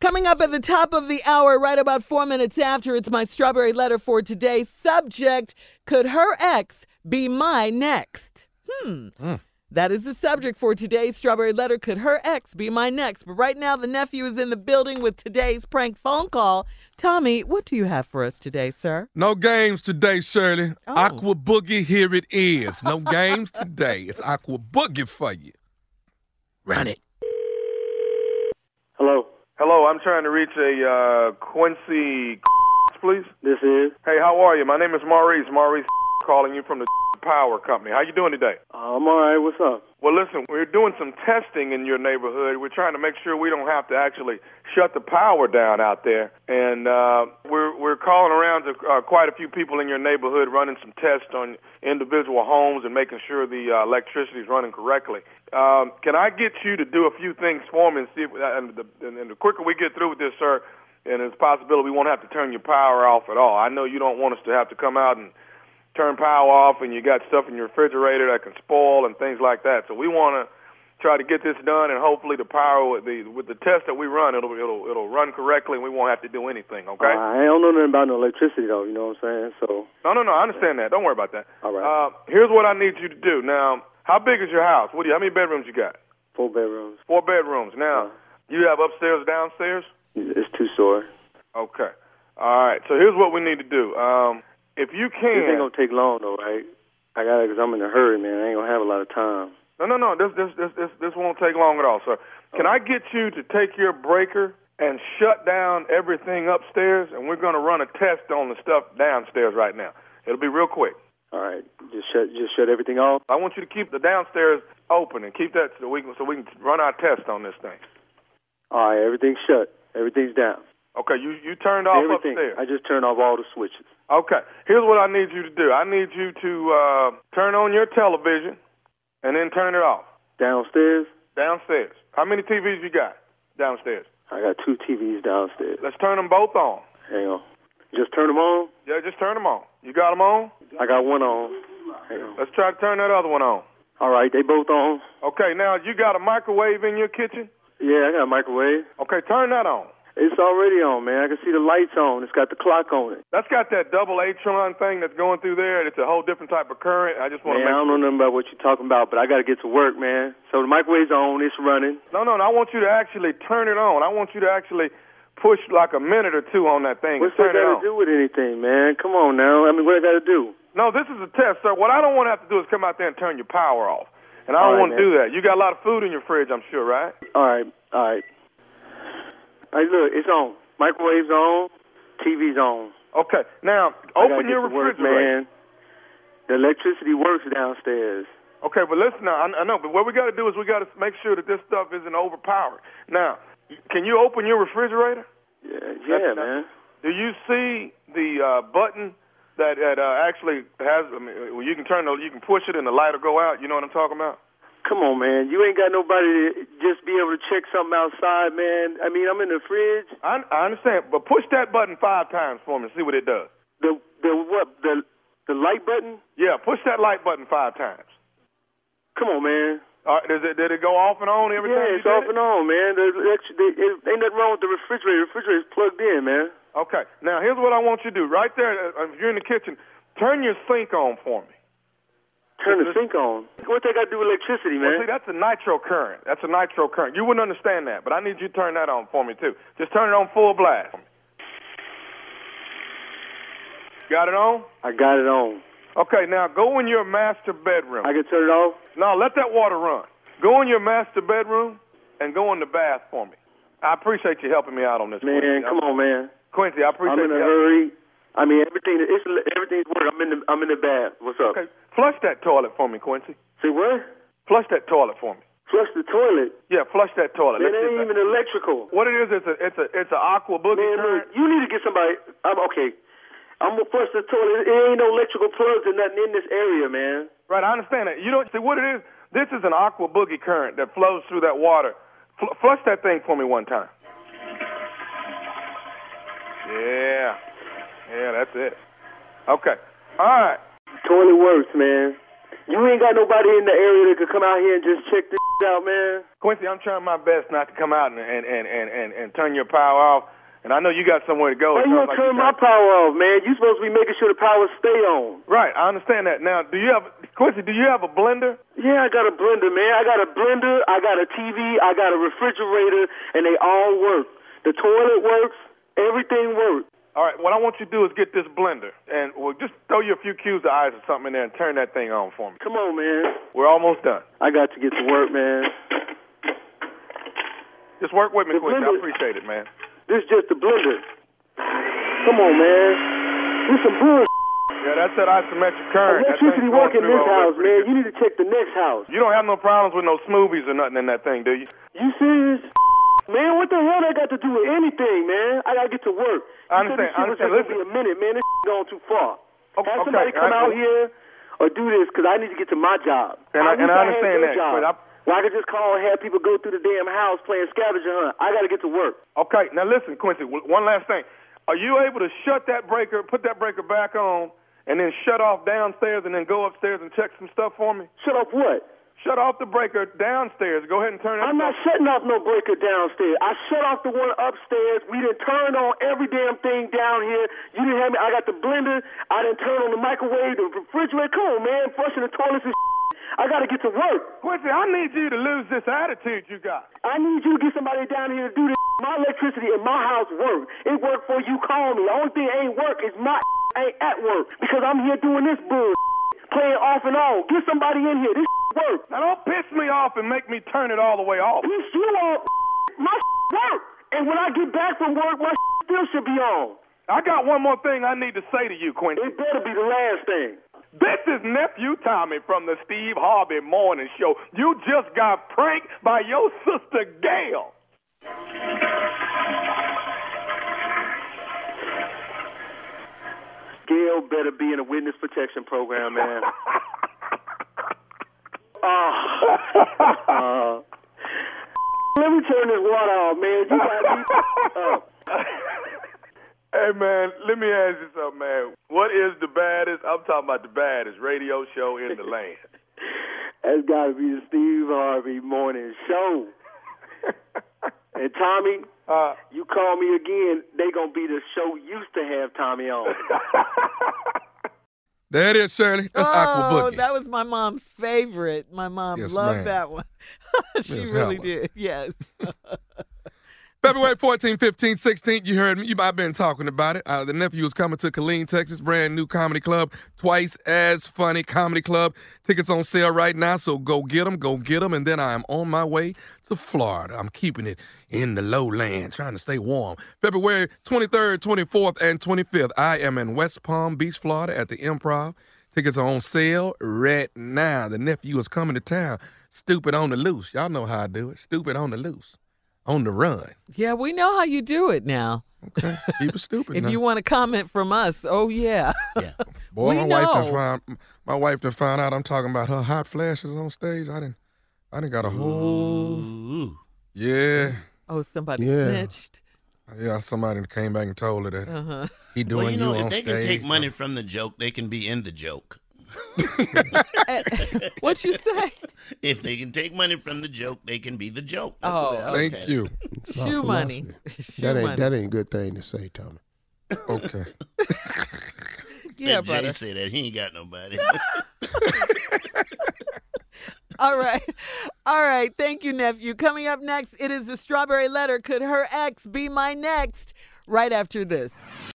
Coming up at the top of the hour, right about four minutes after, it's my strawberry letter for today. Subject Could her ex be my next? Hmm. Mm. That is the subject for today's strawberry letter. Could her ex be my next? But right now, the nephew is in the building with today's prank phone call. Tommy, what do you have for us today, sir? No games today, Shirley. Oh. Aqua Boogie, here it is. No games today. It's Aqua Boogie for you. Run it. Hello. Hello, I'm trying to reach a uh, Quincy, please. This is. Hey, how are you? My name is Maurice. Maurice calling you from the power company. How you doing today? uh, I'm all right. What's up? Well, listen, we're doing some testing in your neighborhood. We're trying to make sure we don't have to actually shut the power down out there. And uh, we're we're calling around to uh, quite a few people in your neighborhood, running some tests on individual homes and making sure the uh, electricity is running correctly. Um, can I get you to do a few things for me and see if uh, and the, and, and the quicker we get through with this, sir, and it's possibility we won't have to turn your power off at all. I know you don't want us to have to come out and turn power off and you got stuff in your refrigerator that can spoil and things like that. So we want to try to get this done and hopefully the power with the with the test that we run it'll it'll it'll run correctly and we won't have to do anything, okay? Uh, I don't know nothing about no electricity though. You know what I'm saying? So No, no, no, I understand that. Don't worry about that. all right, Uh here's what I need you to do. Now, how big is your house? What do you how many bedrooms you got? four bedrooms. Four bedrooms. Now, you have upstairs, downstairs? It's two story. Okay. All right. So here's what we need to do. Um if you This ain't can gonna take long though, right? I got it because I'm in a hurry, man. I ain't gonna have a lot of time. No, no, no. This this this this this won't take long at all, sir. Can I get you to take your breaker and shut down everything upstairs and we're going to run a test on the stuff downstairs right now. It'll be real quick. All right, just shut, just shut everything off. I want you to keep the downstairs open and keep that so we can so we can run our test on this thing. All right, everything's shut. Everything's down. Okay, you you turned off Everything. upstairs. I just turned off all the switches. Okay, here's what I need you to do. I need you to uh, turn on your television and then turn it off Downstairs, downstairs. How many TVs you got downstairs? I got two TVs downstairs. Let's turn them both on. Hang on. Just turn them on. Yeah, just turn them on. You got them on? I got one on. Hang on. Let's try to turn that other one on. All right, they both on. Okay, now you got a microwave in your kitchen? Yeah, I got a microwave. Okay, turn that on. It's already on, man. I can see the lights on. It's got the clock on it. That's got that double Atron thing that's going through there. It's a whole different type of current. I just want Man, I to make. don't know nothing about what you're talking about, but I got to get to work, man. So the microwave's on. It's running. No, no, no. I want you to actually turn it on. I want you to actually push like a minute or two on that thing What's that and turn it got to on. do with anything, man? Come on now. I mean, what I got to do? No, this is a test, sir. What I don't want to have to do is come out there and turn your power off. And I All right, don't want to man. do that. You got a lot of food in your fridge, I'm sure, right? All right, all right. All right, look, it's on. Microwave's on. TV's on. Okay. Now, I gotta open your get to work, refrigerator. man. The electricity works downstairs. Okay, but listen now. I, I know, but what we got to do is we got to make sure that this stuff isn't overpowered. Now, can you open your refrigerator? Yeah, That's- yeah, that's- man. Do you see the uh, button that that uh, actually has? I mean, well, you can turn the, you can push it, and the light will go out. You know what I'm talking about? Come on, man. You ain't got nobody to just be able to check something outside, man. I mean, I'm in the fridge. I, I understand, but push that button five times for me and see what it does. The the what the the light button? Yeah, push that light button five times. Come on, man. All right, does it did it go off and on every time? yeah, you it's did off it? and on, man. The elect- the, it, ain't nothing wrong with the refrigerator. The refrigerator's plugged in, man. Okay. Now here's what I want you to do. Right there, uh, if you're in the kitchen, turn your sink on for me. Turn the sink on. What they got to do with electricity, Well, see, man? that's a nitro current. That's a nitro current. You wouldn't understand that, but I need you to turn that on for me too. Just turn it on full blast. Got it on? I got it on. Okay, now go in your master bedroom. I can turn it off. Now let that water run. Go in your master bedroom and go in the bath for me. I appreciate you helping me out on this, Man, Quincy. come on, man. Quincy. I appreciate I'm in a you. helping- hurry. I mean, everything. It's everything's working. I'm in the I'm in the bath. What's up? Okay, flush that toilet for me, Quincy. Say what? Flush that toilet for me. Flush the toilet. Yeah, flush that toilet. Man, Let's it get ain't that- even electrical. What it is? It's a it's a it's a aqua boogie Man, current. look, you need to get somebody. I'm okay. I'm gonna flush the toilet. It ain't no electrical plugs or nothing in this area, man. Right, I understand that. You don't see what it is. This is an aqua boogie current that flows through that water. Fl- flush that thing for me one time. Yeah, yeah, that's it. Okay, all right. Toilet works, man. You ain't got nobody in the area that could come out here and just check this out, man. Quincy, I'm trying my best not to come out and and and and, and, and turn your power off. And I know you got somewhere to go. Why It you gonna sounds like turn you my got- power off, man? You supposed to be making sure the power stay on. Right, I understand that. Now, do you have Quincy? Do you have a blender? Yeah, I got a blender, man. I got a blender, I got a TV, I got a refrigerator, and they all work. The toilet works, everything works. All right, what I want you to do is get this blender, and we'll just throw you a few cubes of ice or something in there, and turn that thing on for me. Come on, man. We're almost done. I got to get to work, man. Just work with me, The Quincy. I blender- appreciate it, man. This just a blender. Come on, man. This some bull. Yeah, that's that isometric current. That thing's Electricity going work in through this all that house, pretty man. good. You need to check the next house. You don't have no problems with no smoothies or nothing in that thing, do you? You serious? Man, what the hell that got to do with anything, man? I gotta get to work. I You said this understand, shit I was understand. just gonna be a minute, man. This gone too far. Okay, Have somebody okay, come I- out here or do this, cause I need to get to my job. And I- and wish I had understand your that, job. but I- Where I could just call and have people go through the damn house playing scavenger hunt. I gotta get to work. Okay, now listen, Quincy. w- One last thing. Are you able to shut that breaker, put that breaker back on, and then shut off downstairs, and then go upstairs and check some stuff for me? Shut up, what? Shut off the breaker downstairs. Go ahead and turn that. I'm not stuff- shutting off no breaker downstairs. I shut off the one upstairs. We done turned on every damn thing down here. You didn't have me. I got the blender. I done turned on the microwave, the refrigerator. Come on, man. Flushing the toilets and I gotta get to work. Quincy, I need you to lose this attitude you got. I need you to get somebody down here to do this. My electricity in my house work. It work for you. Call me. The only thing ain't work is my ain't at work because I'm here doing this bull, playing off and on. Get somebody in here. This work. Now don't piss me off and make me turn it all the way off. piss you off. My work. And when I get back from work, my still should be on. I got one more thing I need to say to you, Quincy. It better be the last thing. This is nephew Tommy from the Steve Harvey Morning Show. You just got pranked by your sister Gail. Gail better be in a witness protection program, man. Ah. Uh, let me turn this water off, man. You got me. Uh, Hey man, let me ask you something, man. What is the baddest? I'm talking about the baddest radio show in the land. that's got to be the Steve Harvey Morning Show. And Tommy, Uh, you call me again, they gonna be the show used to have Tommy on. There it is, Shirley. That's Aqua oh, Boogie. that was my mom's favorite. My mom Yes, loved ma'am. that one. she Miss really Helen. did. Yes. February 14, 15, 16, you heard me. You, I've been talking about it. Uh, the nephew is coming to Killeen, Texas, brand new comedy club, twice as funny comedy club. Tickets on sale right now, so go get them, go get them. And then I am on my way to Florida. I'm keeping it in the lowland, trying to stay warm. February 23rd, 24th, and 25th, I am in West Palm Beach, Florida at the Improv. Tickets are on sale right now. The nephew is coming to town. Stupid on the loose. Y'all know how I do it. Stupid on the loose. On the run. Yeah, we know how you do it now. Okay. Keep it stupid. If now. you want a comment from us, oh yeah. Boy, we my wife know. done found my wife done found out I'm talking about her hot flashes on stage. I didn't I didn't got a whole Yeah. Oh, somebody Yeah. snitched. Yeah, somebody came back and told her that Uh-huh. he doing Well, you know, on if they stage. can take money from the joke, they can be in the joke. Eh, what you say? If they can take money from the joke, they can be the joke. That's Oh, what- Thank okay. you. Shoe money. Shoe That ain't money. that ain't a good thing to say, Tommy. Okay. yeah, Let Jay butter. say that he ain't got nobody. All right. All right. Thank you, nephew. Coming up next, it is the strawberry letter. Could her ex be my next? Right after this.